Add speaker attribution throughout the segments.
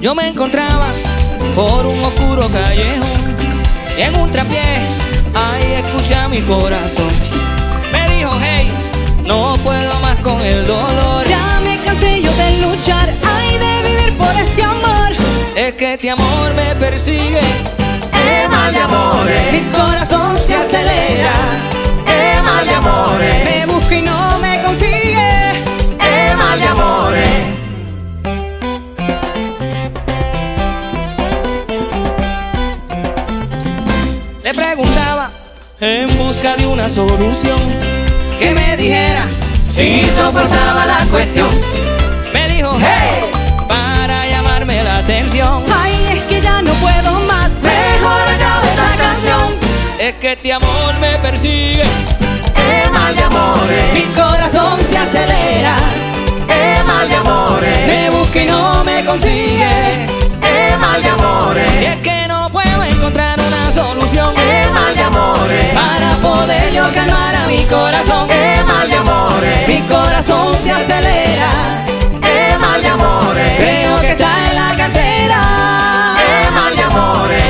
Speaker 1: Yo me encontraba por un oscuro callejón y en un trapié, ahí escucha mi corazón. Me dijo, hey, no puedo más con el dolor.
Speaker 2: Ya me cansé yo de luchar, ay de vivir por este amor.
Speaker 1: Es que este amor me persigue.
Speaker 2: Es mal de amores. Mi corazón se acelera.
Speaker 3: Es mal de amores.
Speaker 2: Me busca y no me consigue.
Speaker 3: Es mal de amores.
Speaker 1: Le preguntaba en busca de una solución que me dijera
Speaker 3: Si soportaba la cuestión.
Speaker 1: Me dijo,
Speaker 3: Hey.
Speaker 1: para llamarme la atención.
Speaker 2: Ay, es que ya no puedo más.
Speaker 3: Mejor acaba esta canción.
Speaker 1: Es que este amor me persigue.
Speaker 3: Es mal de
Speaker 2: Mi
Speaker 3: amores.
Speaker 2: corazón se acelera.
Speaker 3: Es mal de amores.
Speaker 2: Me busca y no me consigue.
Speaker 3: Es mal de
Speaker 1: Y
Speaker 3: amores.
Speaker 1: es que no puedo encontrar una solución
Speaker 3: Es mal de amores.
Speaker 1: para poder yo calmar a mi corazón.
Speaker 3: Es mal de amores.
Speaker 1: Mi corazón se acelera.
Speaker 3: Es mal de amores.
Speaker 1: Creo que está en la cartera.
Speaker 3: Es mal de amores.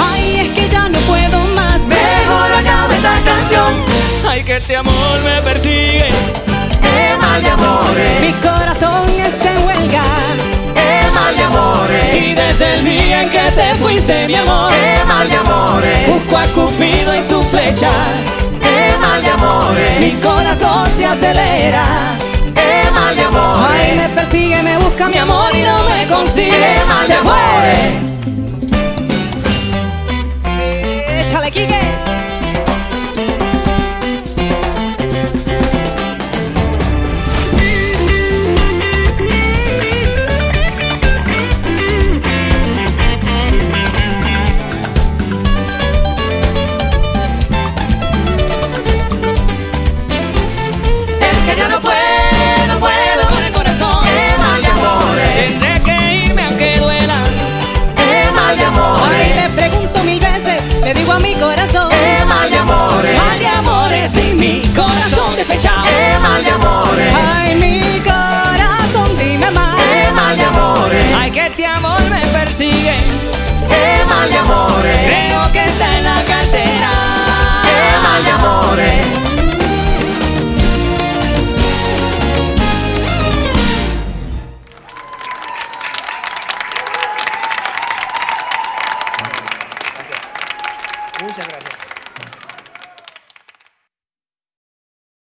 Speaker 2: Ay, es que ya no puedo más.
Speaker 3: Mejor acaba esta canción.
Speaker 1: Ay, que este amor me persigue.
Speaker 3: Es mal de amores.
Speaker 2: Mi corazón está en huelga.
Speaker 3: Es mal de amores.
Speaker 1: Y desde el día en que te fuiste, mi amor,
Speaker 3: Es mal de amores.
Speaker 1: busco a Cupido y su flecha.
Speaker 3: Es mal de amores.
Speaker 1: Mi corazón se acelera.
Speaker 3: Es mal de
Speaker 2: Ay,
Speaker 3: amores.
Speaker 2: me persigue, me busca mi amor y no me consigue.
Speaker 3: Es mal de
Speaker 2: Se fue.
Speaker 3: amores.
Speaker 2: Échale, Quique.
Speaker 3: Es que yo no puedo, puedo.
Speaker 2: Con el corazón.
Speaker 3: Es mal de amores.
Speaker 1: Tendré que irme aunque duela.
Speaker 3: Es mal de
Speaker 2: Ay,
Speaker 3: amores.
Speaker 2: le pregunto mil veces, le digo a mi corazón.
Speaker 3: Es mal de amores.
Speaker 2: Mal de amores y mi corazón despechado.
Speaker 3: Es mal de amores.
Speaker 2: Ay, mi corazón, dime más.
Speaker 3: Es mal de amores.
Speaker 1: Ay, que este amor me persigue.
Speaker 3: Es mal de amores.
Speaker 1: Creo que está en la cartera.
Speaker 3: Es mal de amores.
Speaker 1: Muchas gracias.